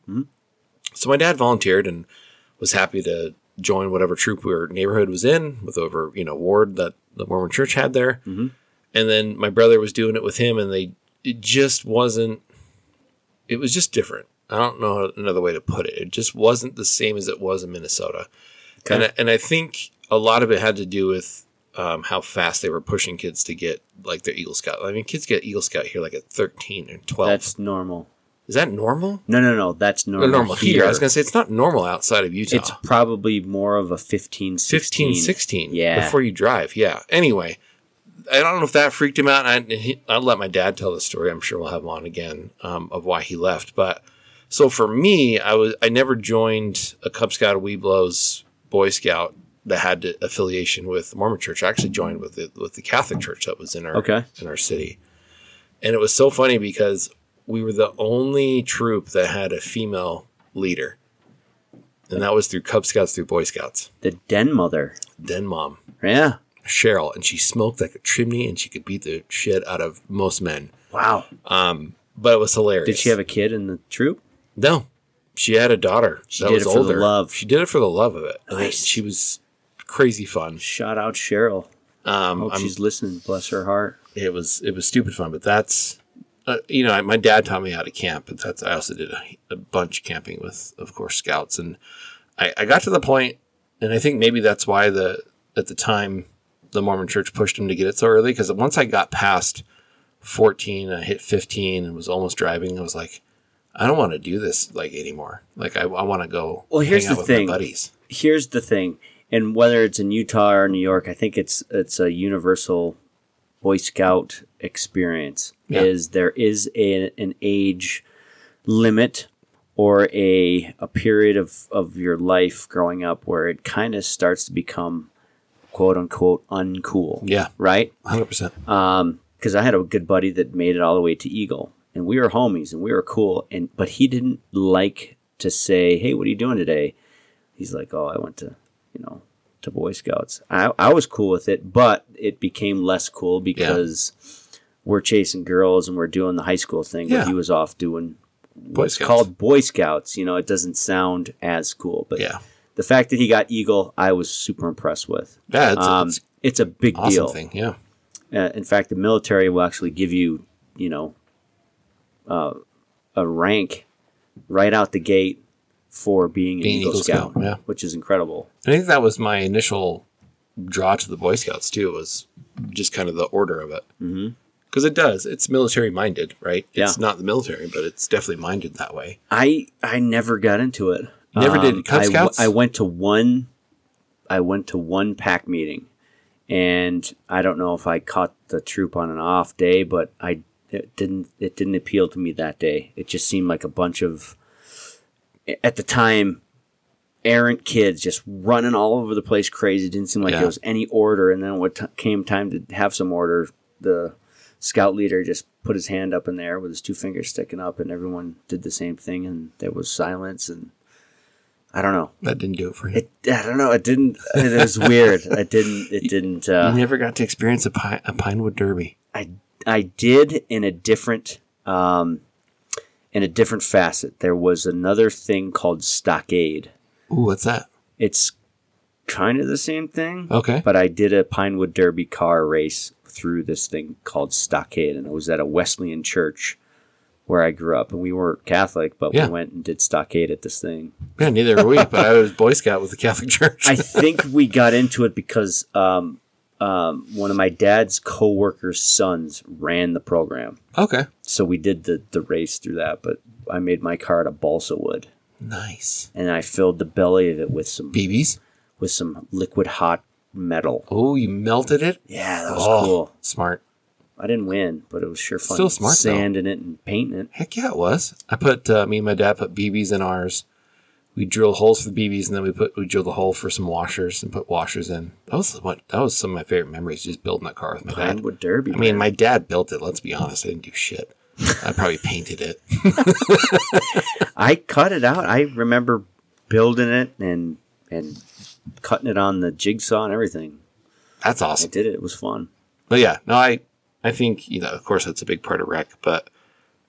[SPEAKER 1] So my dad volunteered and was happy to join whatever troop or neighborhood was in with over you know ward that the Mormon Church had there. And then my brother was doing it with him, and they it just wasn't. It was just different. I don't know another way to put it. It just wasn't the same as it was in Minnesota. And I, and I think a lot of it had to do with um, how fast they were pushing kids to get like their Eagle Scout. I mean, kids get Eagle Scout here like at thirteen or twelve.
[SPEAKER 2] That's normal.
[SPEAKER 1] Is that normal?
[SPEAKER 2] No, no, no. That's normal.
[SPEAKER 1] Or normal here. I was gonna say it's not normal outside of Utah.
[SPEAKER 2] it's probably more of a 15, 16.
[SPEAKER 1] 15, 16
[SPEAKER 2] Yeah.
[SPEAKER 1] before you drive. Yeah. Anyway, I don't know if that freaked him out. and I, and he, I'll let my dad tell the story. I'm sure we'll have him on again um, of why he left. But so for me, I was I never joined a Cub Scout or Weeblos Boy Scout that had to- affiliation with the Mormon Church. I actually joined with the, with the Catholic Church that was in our
[SPEAKER 2] Okay.
[SPEAKER 1] in our city, and it was so funny because we were the only troop that had a female leader. And that was through Cub Scouts, through Boy Scouts.
[SPEAKER 2] The den mother.
[SPEAKER 1] Then mom,
[SPEAKER 2] Yeah.
[SPEAKER 1] Cheryl, and she smoked like a chimney, and she could beat the shit out of most men. Um,
[SPEAKER 2] Wow.
[SPEAKER 1] But it was hilarious.
[SPEAKER 2] Did she have a kid in the troop?
[SPEAKER 1] no? She had a daughter. She
[SPEAKER 2] did it for the love.
[SPEAKER 1] She did it for the love of it. And it-
[SPEAKER 2] Nice.
[SPEAKER 1] She was crazy fun.
[SPEAKER 2] Shout out Cheryl.
[SPEAKER 1] Um,
[SPEAKER 2] Hope
[SPEAKER 1] I'm-
[SPEAKER 2] she's listening. Bless her heart.
[SPEAKER 1] it was it was stupid fun. But that's uh, you know my dad taught me how to camp, but that's I also did a, a bunch of camping with of course scouts, and I, I got to the point, and I think maybe that's why the at the time the Mormon Church pushed him to get it so early because once I got past fourteen, I hit fifteen and was almost driving. I was like. I don't want to do this like anymore. Like I, I want to go.
[SPEAKER 2] Well, here's
[SPEAKER 1] hang out
[SPEAKER 2] the
[SPEAKER 1] with my
[SPEAKER 2] thing.
[SPEAKER 1] buddies.
[SPEAKER 2] Here's the thing, and whether it's in Utah or New York, I think it's it's a universal Boy Scout experience.
[SPEAKER 1] Yeah.
[SPEAKER 2] Is there is a, an age limit or a a period of of your life growing up where it kind of starts to become quote unquote uncool.
[SPEAKER 1] Yeah.
[SPEAKER 2] Right
[SPEAKER 1] Hundred percent.
[SPEAKER 2] Uh, because Um, I had a good buddy that made it all the way to Eagle, and we were homies and we were cool. And but he didn't like to say, "Hey, what are you doing today?" He's like, "Oh, I went to, you know, to Boy Scouts." I I was cool with it, but it became less cool because we're chasing girls and we're doing the high school thing.
[SPEAKER 1] Yeah.
[SPEAKER 2] But he was off doing
[SPEAKER 1] Boy
[SPEAKER 2] what's
[SPEAKER 1] Scouts.
[SPEAKER 2] called Boy Scouts. You know, it doesn't sound as cool, but
[SPEAKER 1] Yeah.
[SPEAKER 2] the fact that he got Eagle, I was super impressed with.
[SPEAKER 1] Yeah, it's,
[SPEAKER 2] um,
[SPEAKER 1] it's an
[SPEAKER 2] it's a big
[SPEAKER 1] awesome
[SPEAKER 2] deal.
[SPEAKER 1] thing. Yeah.
[SPEAKER 2] Uh, in fact, the military will actually give you, you know, uh, a rank right out the gate for being an
[SPEAKER 1] Being
[SPEAKER 2] Eagle,
[SPEAKER 1] Eagle
[SPEAKER 2] Scout,
[SPEAKER 1] Scout, yeah.
[SPEAKER 2] which is incredible.
[SPEAKER 1] I think that was my initial draw to the Boy Scouts too. Was just kind of the order of it because mm-hmm. it does. It's military minded, right? It's
[SPEAKER 2] Yeah.
[SPEAKER 1] not the military, but it's definitely minded that way.
[SPEAKER 2] I I never got into it. Um,
[SPEAKER 1] Never did. Cub
[SPEAKER 2] I w-
[SPEAKER 1] Scouts?
[SPEAKER 2] I, went to one. I went to one pack meeting, and I don't know if I caught the troop on an off day, but I it didn't. It didn't appeal to me that day. It just seemed like a bunch of at the time errant kids just running all over the place crazy. It didn't seem like
[SPEAKER 1] Yeah.
[SPEAKER 2] there was any order. And then when t- came time to have some order, the scout leader just put his hand up in the air with his two fingers sticking up, and everyone did the same thing. And there was silence. And I don't know.
[SPEAKER 1] That didn't do it for you.
[SPEAKER 2] It, I don't know. It didn't. It was weird. It didn't. It didn't.
[SPEAKER 1] you
[SPEAKER 2] Uh,
[SPEAKER 1] never got to experience a, pi- a Pinewood Derby.
[SPEAKER 2] I I did in a different um, in a different facet. There was another thing called stockade.
[SPEAKER 1] Ooh, what's that?
[SPEAKER 2] It's kind of the same thing.
[SPEAKER 1] Okay.
[SPEAKER 2] But I did a Pinewood Derby car race through this thing called Stockade, and it was at a Wesleyan church where I grew up. And we weren't Catholic, but
[SPEAKER 1] Yeah.
[SPEAKER 2] we went and did Stockade at this thing.
[SPEAKER 1] Yeah, neither are we. But I was Boy Scout with the Catholic Church.
[SPEAKER 2] I think we got into it because um, um, one of my dad's coworkers' sons ran the program.
[SPEAKER 1] okay.
[SPEAKER 2] So we did the, the race through that, but I made my car out of balsa wood.
[SPEAKER 1] Nice.
[SPEAKER 2] And I filled the belly of it with some
[SPEAKER 1] BBs.
[SPEAKER 2] with some liquid hot metal.
[SPEAKER 1] Oh, you melted it.
[SPEAKER 2] Yeah, that was
[SPEAKER 1] oh,
[SPEAKER 2] cool.
[SPEAKER 1] smart.
[SPEAKER 2] I didn't win, but it was sure fun.
[SPEAKER 1] Still smart, though.
[SPEAKER 2] sanding it and painting it.
[SPEAKER 1] Heck yeah, it was. I put uh, me and my dad put BBs in ours. We drilled holes for the BBs, and then we put we drilled a hole for some washers and put washers in. That was what that was some of my favorite memories, just building that car with my dad.
[SPEAKER 2] Pinewood Derby.
[SPEAKER 1] I mean, my dad built it. Let's be honest, I didn't do shit. I probably painted it.
[SPEAKER 2] I cut it out. I remember building it and and cutting it on the jigsaw and everything.
[SPEAKER 1] That's
[SPEAKER 2] I
[SPEAKER 1] awesome.
[SPEAKER 2] did it. It was fun.
[SPEAKER 1] But yeah, no, I I think you know, of course, that's a big part of rec. But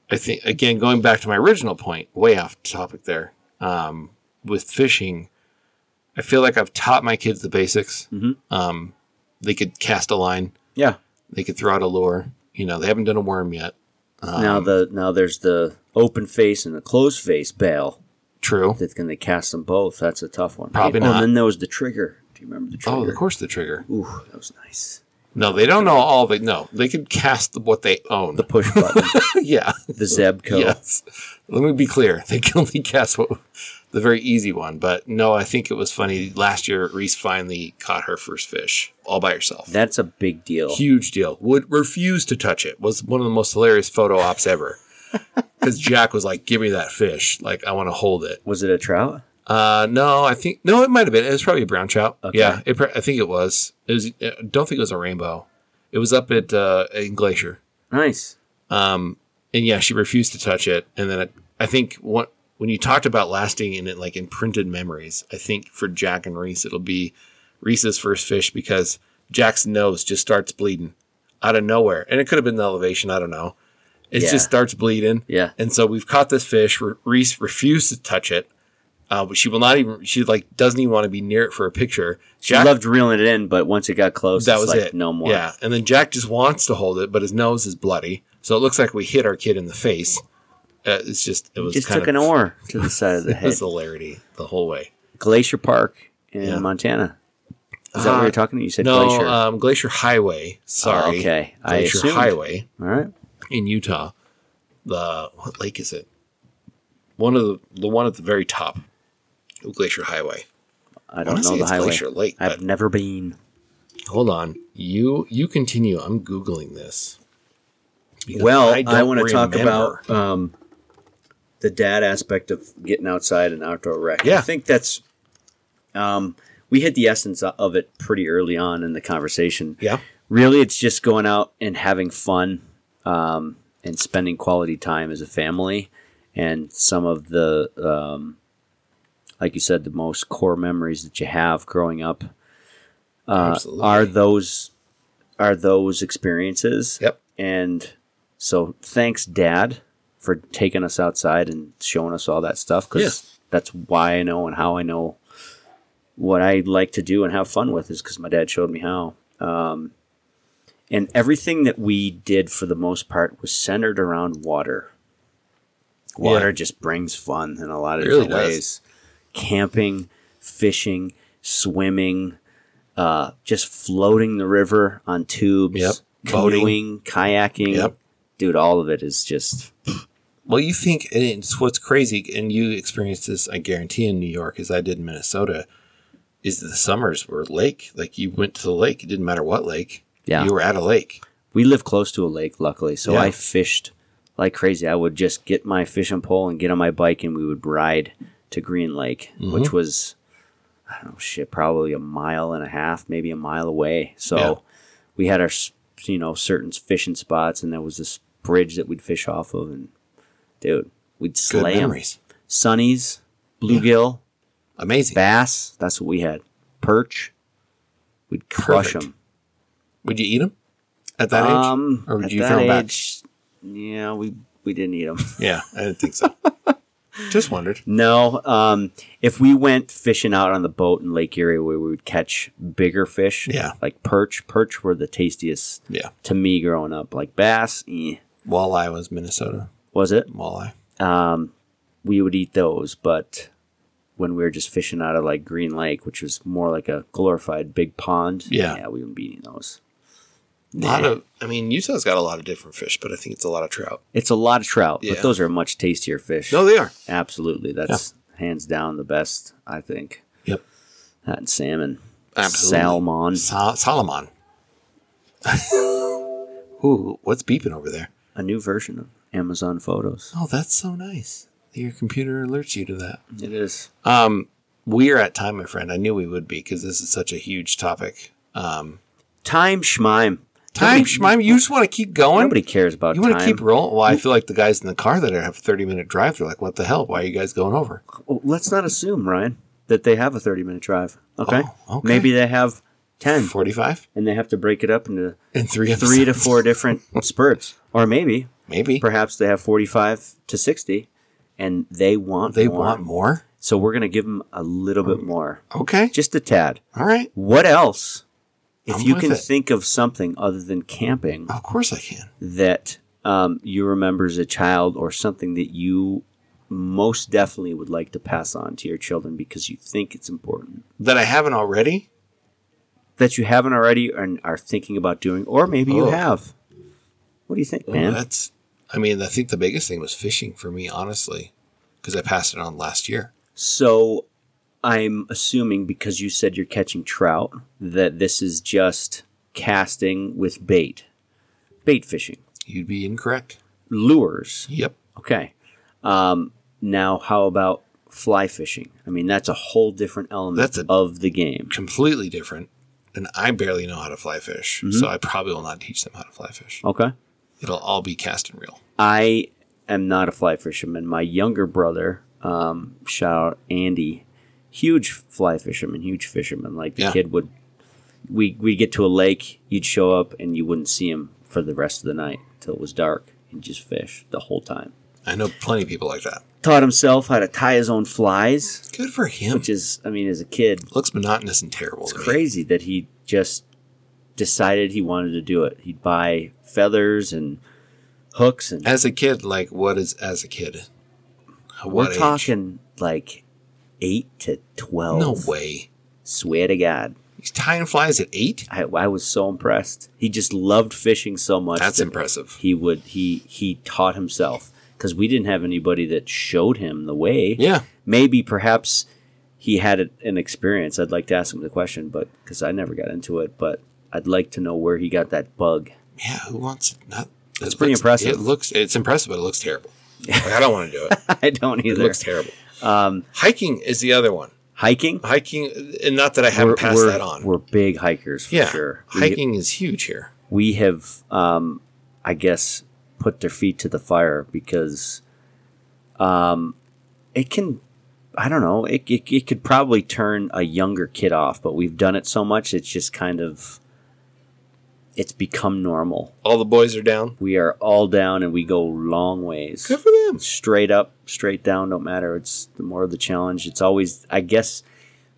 [SPEAKER 1] I think again, going back to my original point, way off topic there. Um, with fishing, I feel like I've taught my kids the basics.
[SPEAKER 2] Mm-hmm.
[SPEAKER 1] Um, they could cast a line.
[SPEAKER 2] Yeah.
[SPEAKER 1] They could throw out a lure. You know, they haven't done a worm yet.
[SPEAKER 2] now
[SPEAKER 1] Um,
[SPEAKER 2] the now there's the open face and the closed face bail
[SPEAKER 1] True.
[SPEAKER 2] that's going to cast them both. That's a tough one.
[SPEAKER 1] Probably
[SPEAKER 2] Oh,
[SPEAKER 1] not.
[SPEAKER 2] and then there was the trigger. Do you remember the trigger?
[SPEAKER 1] Oh, of course, the trigger.
[SPEAKER 2] Ooh, that was nice.
[SPEAKER 1] No, they don't know all they know. They could cast what they own.
[SPEAKER 2] The push button,
[SPEAKER 1] yeah.
[SPEAKER 2] the Zebco.
[SPEAKER 1] Yes. Let me be clear. They can only guess what the very easy one. But no, I think it was funny. Last year, Reese finally caught her first fish all by herself.
[SPEAKER 2] That's a big deal.
[SPEAKER 1] Huge deal. Would refuse to touch it. Was one of the most hilarious photo ops ever. Because Jack was like, "Give me that fish. Like, I want to hold it."
[SPEAKER 2] Was it a trout?
[SPEAKER 1] Uh, no, I think no, it might have been. It was probably a brown trout. Yeah, it, pro- I think it was. It was. I don't think it was a rainbow. It was up at uh, in Glacier.
[SPEAKER 2] Nice.
[SPEAKER 1] Um, and yeah, she refused to touch it. And then it, I think what when you talked about lasting in it like imprinted memories, I think for Jack and Reese it'll be Reese's first fish because Jack's nose just starts bleeding out of nowhere, and it could have been the elevation. I don't know. It
[SPEAKER 2] Yeah.
[SPEAKER 1] just starts bleeding.
[SPEAKER 2] Yeah.
[SPEAKER 1] And so we've caught this fish. Re- Reese refused to touch it. Uh, but she will not even. She like doesn't even want to be near it for a picture.
[SPEAKER 2] I
[SPEAKER 1] Jack
[SPEAKER 2] loved reeling it in, but once it got close,
[SPEAKER 1] that
[SPEAKER 2] it's
[SPEAKER 1] was
[SPEAKER 2] like
[SPEAKER 1] it.
[SPEAKER 2] no more.
[SPEAKER 1] Yeah, and then Jack just wants to hold it, but his nose is bloody, so it looks like we hit our kid in the face. Uh, it's just it was
[SPEAKER 2] just
[SPEAKER 1] kind
[SPEAKER 2] took
[SPEAKER 1] of
[SPEAKER 2] an oar to the side of the
[SPEAKER 1] it
[SPEAKER 2] head.
[SPEAKER 1] was hilarity the whole way.
[SPEAKER 2] Glacier Park in
[SPEAKER 1] Yeah.
[SPEAKER 2] Montana. Is that what
[SPEAKER 1] Uh,
[SPEAKER 2] you're talking to? You said
[SPEAKER 1] No,
[SPEAKER 2] Glacier. Oh,
[SPEAKER 1] um, Glacier Highway. Sorry,
[SPEAKER 2] okay. I
[SPEAKER 1] Glacier
[SPEAKER 2] assumed.
[SPEAKER 1] Highway
[SPEAKER 2] All right.
[SPEAKER 1] in Utah. The what lake is it? One of the the one at the very top of Glacier Highway.
[SPEAKER 2] I
[SPEAKER 1] wanna
[SPEAKER 2] don't know
[SPEAKER 1] say
[SPEAKER 2] the
[SPEAKER 1] it's
[SPEAKER 2] highway.
[SPEAKER 1] Glacier Lake,
[SPEAKER 2] I've
[SPEAKER 1] but-
[SPEAKER 2] never been.
[SPEAKER 1] Hold on, you you continue. I'm googling this. Because
[SPEAKER 2] Well, I,
[SPEAKER 1] don't
[SPEAKER 2] want to talk
[SPEAKER 1] remember.
[SPEAKER 2] about um, the dad aspect of getting outside and outdoor rec.
[SPEAKER 1] Yeah.
[SPEAKER 2] I think that's um, we hit the essence of it pretty early on in the conversation.
[SPEAKER 1] yeah.
[SPEAKER 2] really it's just going out and having fun um, and spending quality time as a family and some of the um, like you said the most core memories that you have growing up uh,
[SPEAKER 1] Absolutely.
[SPEAKER 2] are those are those experiences
[SPEAKER 1] Yep.
[SPEAKER 2] and so thanks dad for taking us outside and showing us all that stuff because
[SPEAKER 1] Yeah.
[SPEAKER 2] that's why I know and how I know what I like to do and have fun with is because my dad showed me how. Um, and everything that we did for the most part was centered around water. Water
[SPEAKER 1] Yeah.
[SPEAKER 2] just brings fun in a lot of
[SPEAKER 1] It really
[SPEAKER 2] different
[SPEAKER 1] does.
[SPEAKER 2] ways. Camping, fishing, swimming, uh, just floating the river on tubes,
[SPEAKER 1] Yep. Boating.
[SPEAKER 2] canoeing, kayaking.
[SPEAKER 1] Yep.
[SPEAKER 2] Dude, all of it is just
[SPEAKER 1] Well, you think and it's what's crazy, and you experienced this, I guarantee, in New York, as I did in Minnesota, is the summers were lake. Like you went to the lake, it didn't matter what lake.
[SPEAKER 2] Yeah.
[SPEAKER 1] You were at a lake.
[SPEAKER 2] we live close to a lake, luckily, so
[SPEAKER 1] Yeah.
[SPEAKER 2] I fished like crazy. I would just get my fishing pole and get on my bike, and we would ride to Green Lake, which
[SPEAKER 1] Mm-hmm.
[SPEAKER 2] was I don't know shit, probably a mile and a half, maybe a mile away. So
[SPEAKER 1] Yeah.
[SPEAKER 2] we had our s- you know certain fishing spots, and there was this bridge that we'd fish off of, and dude, we'd
[SPEAKER 1] Good
[SPEAKER 2] slay 'em.
[SPEAKER 1] memories.
[SPEAKER 2] sunnies, bluegill,
[SPEAKER 1] Amazing.
[SPEAKER 2] bass. That's what we had. Perch, we'd crush
[SPEAKER 1] Perfect.
[SPEAKER 2] them. Um,
[SPEAKER 1] Would you eat them at that age, or would
[SPEAKER 2] at
[SPEAKER 1] you
[SPEAKER 2] that
[SPEAKER 1] throw 'em back?
[SPEAKER 2] age, Yeah, we we didn't eat them.
[SPEAKER 1] Yeah, I didn't think so. Just wondered.
[SPEAKER 2] no, um, if we went fishing out on the boat in Lake Erie, we would catch bigger fish.
[SPEAKER 1] Yeah.
[SPEAKER 2] like perch. Perch were the tastiest
[SPEAKER 1] Yeah,
[SPEAKER 2] to me growing up. Like bass, eh,
[SPEAKER 1] walleye was Minnesota
[SPEAKER 2] was it?
[SPEAKER 1] walleye.
[SPEAKER 2] Um, we would eat those, but when we were just fishing out of like Green Lake, which was more like a glorified big pond,
[SPEAKER 1] Yeah.
[SPEAKER 2] we wouldn't be eating those.
[SPEAKER 1] A lot of, I mean, Utah's got a lot of different fish, but I think it's a lot of trout.
[SPEAKER 2] It's a lot of trout,
[SPEAKER 1] Yeah.
[SPEAKER 2] but those are much tastier fish.
[SPEAKER 1] No, they are.
[SPEAKER 2] Absolutely. That's hands down the best, I think.
[SPEAKER 1] Yep,
[SPEAKER 2] That and salmon.
[SPEAKER 1] Absolutely.
[SPEAKER 2] Salmon.
[SPEAKER 1] Sol- Solomon. Ooh, what's beeping over there?
[SPEAKER 2] A new version of Amazon Photos.
[SPEAKER 1] Oh, that's so nice. Your computer alerts you to that.
[SPEAKER 2] It is.
[SPEAKER 1] Um, we're at time, my friend. I knew we would be because this is such a huge topic. Um,
[SPEAKER 2] Time schmime.
[SPEAKER 1] time,
[SPEAKER 2] Nobody,
[SPEAKER 1] Shmime, you just want to keep going.
[SPEAKER 2] nobody cares about
[SPEAKER 1] you
[SPEAKER 2] time.
[SPEAKER 1] want to keep rolling. Well, I feel like the guys in the car that have a thirty minute drive. They're like, "What the hell? Why are you guys going over?"
[SPEAKER 2] Oh, let's not assume, Ryan, that they have a 30 minute drive. Okay?
[SPEAKER 1] Oh, okay.
[SPEAKER 2] Maybe they have 10
[SPEAKER 1] Forty five
[SPEAKER 2] and they have to break it up into
[SPEAKER 1] and three
[SPEAKER 2] three to
[SPEAKER 1] episodes.
[SPEAKER 2] four different spurts. Or maybe,
[SPEAKER 1] maybe
[SPEAKER 2] perhaps they have 45 to 60 and they want
[SPEAKER 1] they
[SPEAKER 2] more.
[SPEAKER 1] want more.
[SPEAKER 2] So we're going to give them a little
[SPEAKER 1] Um,
[SPEAKER 2] bit more.
[SPEAKER 1] Okay,
[SPEAKER 2] Just a tad.
[SPEAKER 1] all right.
[SPEAKER 2] What else, if
[SPEAKER 1] I'm
[SPEAKER 2] you
[SPEAKER 1] with
[SPEAKER 2] can
[SPEAKER 1] it.
[SPEAKER 2] think of something other than camping
[SPEAKER 1] Of course I can.
[SPEAKER 2] that um, you remember as a child or something that you most definitely would like to pass on to your children because you think it's important
[SPEAKER 1] That I haven't already.
[SPEAKER 2] that you haven't already and are thinking about doing, or maybe you
[SPEAKER 1] Oh. Uh,
[SPEAKER 2] have? What do you think,
[SPEAKER 1] Well,
[SPEAKER 2] man?
[SPEAKER 1] that's. I mean, I think the biggest thing was fishing for me, honestly, because I passed it on last year.
[SPEAKER 2] So I'm assuming because you said you're catching trout that this is just casting with bait, bait fishing,
[SPEAKER 1] You'd be incorrect.
[SPEAKER 2] lures.
[SPEAKER 1] Yep.
[SPEAKER 2] Okay. Um, now, how about fly fishing? I mean, that's a whole different element
[SPEAKER 1] That's a-
[SPEAKER 2] of the game.
[SPEAKER 1] completely different. And I barely know how to fly fish,
[SPEAKER 2] Mm-hmm.
[SPEAKER 1] so I probably will not teach them how to fly fish.
[SPEAKER 2] Okay.
[SPEAKER 1] It'll all be cast and reel.
[SPEAKER 2] I am not a fly fisherman. My younger brother, um, shout out Andy, huge fly fisherman, huge fisherman. Like the
[SPEAKER 1] Yeah.
[SPEAKER 2] kid would, we we'd get to a lake, you'd show up, and you wouldn't see him for the rest of the night till it was dark, and just fish the whole time.
[SPEAKER 1] I know plenty of people like that.
[SPEAKER 2] Taught himself how to tie his own flies,
[SPEAKER 1] Good for him.
[SPEAKER 2] which is, I mean, as a kid,
[SPEAKER 1] Looks monotonous and terrible. to me.
[SPEAKER 2] crazy that he just decided he wanted to do it. He'd buy feathers and hooks and
[SPEAKER 1] As a kid, like what is as a kid?
[SPEAKER 2] we're
[SPEAKER 1] What age?
[SPEAKER 2] talking like eight to twelve.
[SPEAKER 1] No way.
[SPEAKER 2] Swear to God.
[SPEAKER 1] He's tying flies at eight.
[SPEAKER 2] I, I was so impressed. He just loved fishing so much.
[SPEAKER 1] That's
[SPEAKER 2] that
[SPEAKER 1] impressive.
[SPEAKER 2] He would he he taught himself because we didn't have anybody that showed him the way.
[SPEAKER 1] Yeah.
[SPEAKER 2] Maybe perhaps he had a- an experience. I'd like to ask him the question, but because I never got into it, but I'd like to know where he got that bug.
[SPEAKER 1] Yeah. Who wants not? That's
[SPEAKER 2] pretty impressive.
[SPEAKER 1] It looks. It's impressive, but it looks terrible. Like, I don't want to do it.
[SPEAKER 2] I don't
[SPEAKER 1] It
[SPEAKER 2] either.
[SPEAKER 1] looks terrible. Um, hiking is the other one.
[SPEAKER 2] Hiking.
[SPEAKER 1] Hiking, and not that I haven't passed
[SPEAKER 2] we're,
[SPEAKER 1] that on.
[SPEAKER 2] we're big hikers for
[SPEAKER 1] yeah,
[SPEAKER 2] sure. We-
[SPEAKER 1] hiking is huge here.
[SPEAKER 2] we have, um, I guess, put their feet to the fire because um, it can, I don't know, it, it, it could probably turn a younger kid off, but we've done it so much, it's just kind of, it's become normal.
[SPEAKER 1] All the boys are down.
[SPEAKER 2] We are all down and we go long ways.
[SPEAKER 1] Good for them.
[SPEAKER 2] Straight up, straight down, don't matter. It's the more of the challenge. It's always, I guess,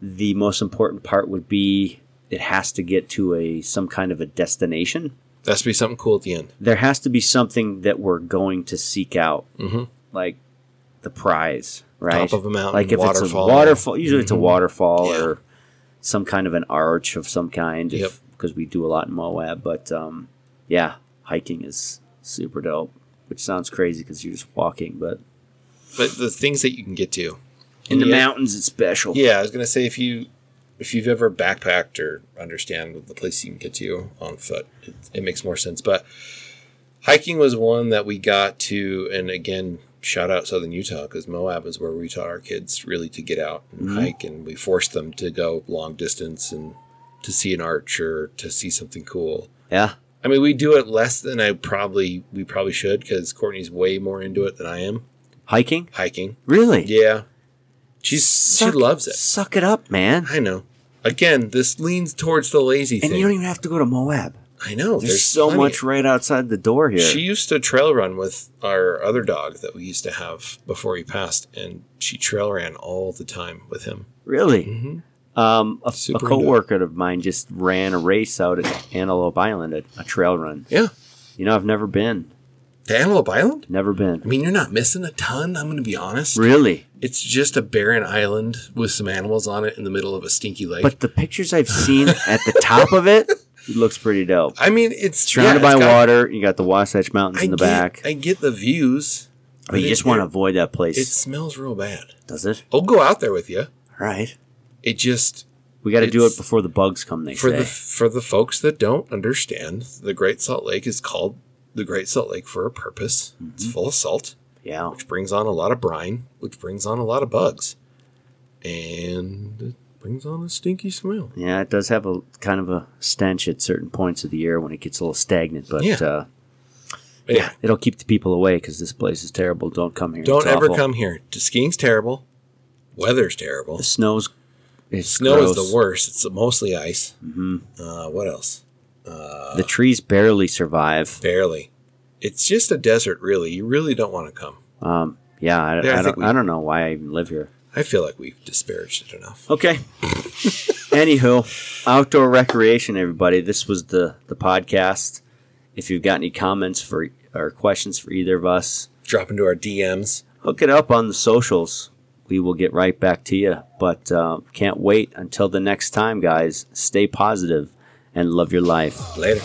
[SPEAKER 2] the most important part would be it has to get to a some kind of a destination.
[SPEAKER 1] That has to be something cool at the end.
[SPEAKER 2] There has to be something that we're going to seek out,
[SPEAKER 1] Mm-hmm.
[SPEAKER 2] like the prize, right?
[SPEAKER 1] Top of a mountain,
[SPEAKER 2] like if
[SPEAKER 1] waterfall.
[SPEAKER 2] it's a waterfall, usually it's a
[SPEAKER 1] Mhm.
[SPEAKER 2] waterfall
[SPEAKER 1] Yeah.
[SPEAKER 2] or some kind of an arch of some kind.
[SPEAKER 1] Yep.
[SPEAKER 2] Because we do a lot in Moab, but um, yeah, hiking is super dope. Which sounds crazy because you're just walking, but
[SPEAKER 1] But the things that you can get to
[SPEAKER 2] in the
[SPEAKER 1] Yeah.
[SPEAKER 2] mountains it's special.
[SPEAKER 1] Yeah, I was gonna say if you if you've ever backpacked or understand the place you can get to on foot, it, it makes more sense. But hiking was one that we got to, and again, shout out Southern Utah because Moab is where we taught our kids really to get out and hike, and we forced them to go long distance and to see an arch or to see something cool.
[SPEAKER 2] Yeah.
[SPEAKER 1] I mean, we do it less than I probably we probably should because Courtney's way more into it than I am
[SPEAKER 2] hiking
[SPEAKER 1] hiking.
[SPEAKER 2] really.
[SPEAKER 1] Yeah, she's she loves it.
[SPEAKER 2] Suck it up, man.
[SPEAKER 1] I know. Again, this leans towards the lazy
[SPEAKER 2] And
[SPEAKER 1] thing.
[SPEAKER 2] you don't even have to go to Moab.
[SPEAKER 1] I know.
[SPEAKER 2] There's, so
[SPEAKER 1] plenty.
[SPEAKER 2] much right outside the door here.
[SPEAKER 1] She used to trail run with our other dog that we used to have before he passed, and she trail ran all the time with him.
[SPEAKER 2] really.
[SPEAKER 1] Mhm.
[SPEAKER 2] Um, a, a
[SPEAKER 1] Super into it.
[SPEAKER 2] coworker of mine just ran a race out at Antelope Island, a, a trail run.
[SPEAKER 1] Yeah.
[SPEAKER 2] You know, I've never been,
[SPEAKER 1] To Antelope Island?
[SPEAKER 2] never
[SPEAKER 1] I
[SPEAKER 2] been.
[SPEAKER 1] mean, you're not missing a ton, I'm going to be honest.
[SPEAKER 2] Really,
[SPEAKER 1] It's just a barren island with some animals on it in the middle of a stinky lake.
[SPEAKER 2] but the pictures I've seen at the top of it, it looks pretty dope.
[SPEAKER 1] I mean, it's
[SPEAKER 2] Surrounded
[SPEAKER 1] yeah,
[SPEAKER 2] by
[SPEAKER 1] it's got-
[SPEAKER 2] water, you got the Wasatch Mountains
[SPEAKER 1] I
[SPEAKER 2] in the
[SPEAKER 1] get-
[SPEAKER 2] back,
[SPEAKER 1] I get the views.
[SPEAKER 2] but you
[SPEAKER 1] it-
[SPEAKER 2] just want to
[SPEAKER 1] it-
[SPEAKER 2] avoid that place,
[SPEAKER 1] It smells real bad.
[SPEAKER 2] does it?
[SPEAKER 1] I'll go out there with you.
[SPEAKER 2] All right,
[SPEAKER 1] It just
[SPEAKER 2] we got to do it
[SPEAKER 1] It's-
[SPEAKER 2] before the bugs come. They
[SPEAKER 1] for
[SPEAKER 2] say.
[SPEAKER 1] the for the folks that don't understand, the Great Salt Lake is called the Great Salt Lake for a purpose.
[SPEAKER 2] Mm-hmm.
[SPEAKER 1] It's full of salt,
[SPEAKER 2] yeah,
[SPEAKER 1] which brings on a lot of brine, which brings on a lot of bugs, and it brings on a stinky smell.
[SPEAKER 2] yeah, it does have a kind of a stench at certain points of the year when it gets a little stagnant, but
[SPEAKER 1] Yeah.
[SPEAKER 2] uh,
[SPEAKER 1] But yeah,
[SPEAKER 2] it'll keep the people away because this place is terrible. Don't come here.
[SPEAKER 1] don't
[SPEAKER 2] It's
[SPEAKER 1] ever
[SPEAKER 2] awful.
[SPEAKER 1] come here. The skiing's terrible, weather's terrible.
[SPEAKER 2] The snow's it's
[SPEAKER 1] Snow is
[SPEAKER 2] gross.
[SPEAKER 1] the worst. It's mostly ice. Mm-hmm. Uh, what else?
[SPEAKER 2] The trees barely survive.
[SPEAKER 1] Barely. It's just a desert, really. You really don't want to come.
[SPEAKER 2] Um, yeah, I,
[SPEAKER 1] Yeah, I
[SPEAKER 2] I,
[SPEAKER 1] think
[SPEAKER 2] don't,
[SPEAKER 1] we-
[SPEAKER 2] I don't know why I even live here.
[SPEAKER 1] I feel like we've disparaged it enough.
[SPEAKER 2] Okay. Anywho, outdoor recreation, everybody. This was the the podcast. If you've got any comments for or questions for either of us,
[SPEAKER 1] Drop into our DMs.
[SPEAKER 2] hook it up on the socials. We will get right back to you. But uh, can't wait until the next time, guys. Stay positive and love your life.
[SPEAKER 1] Later.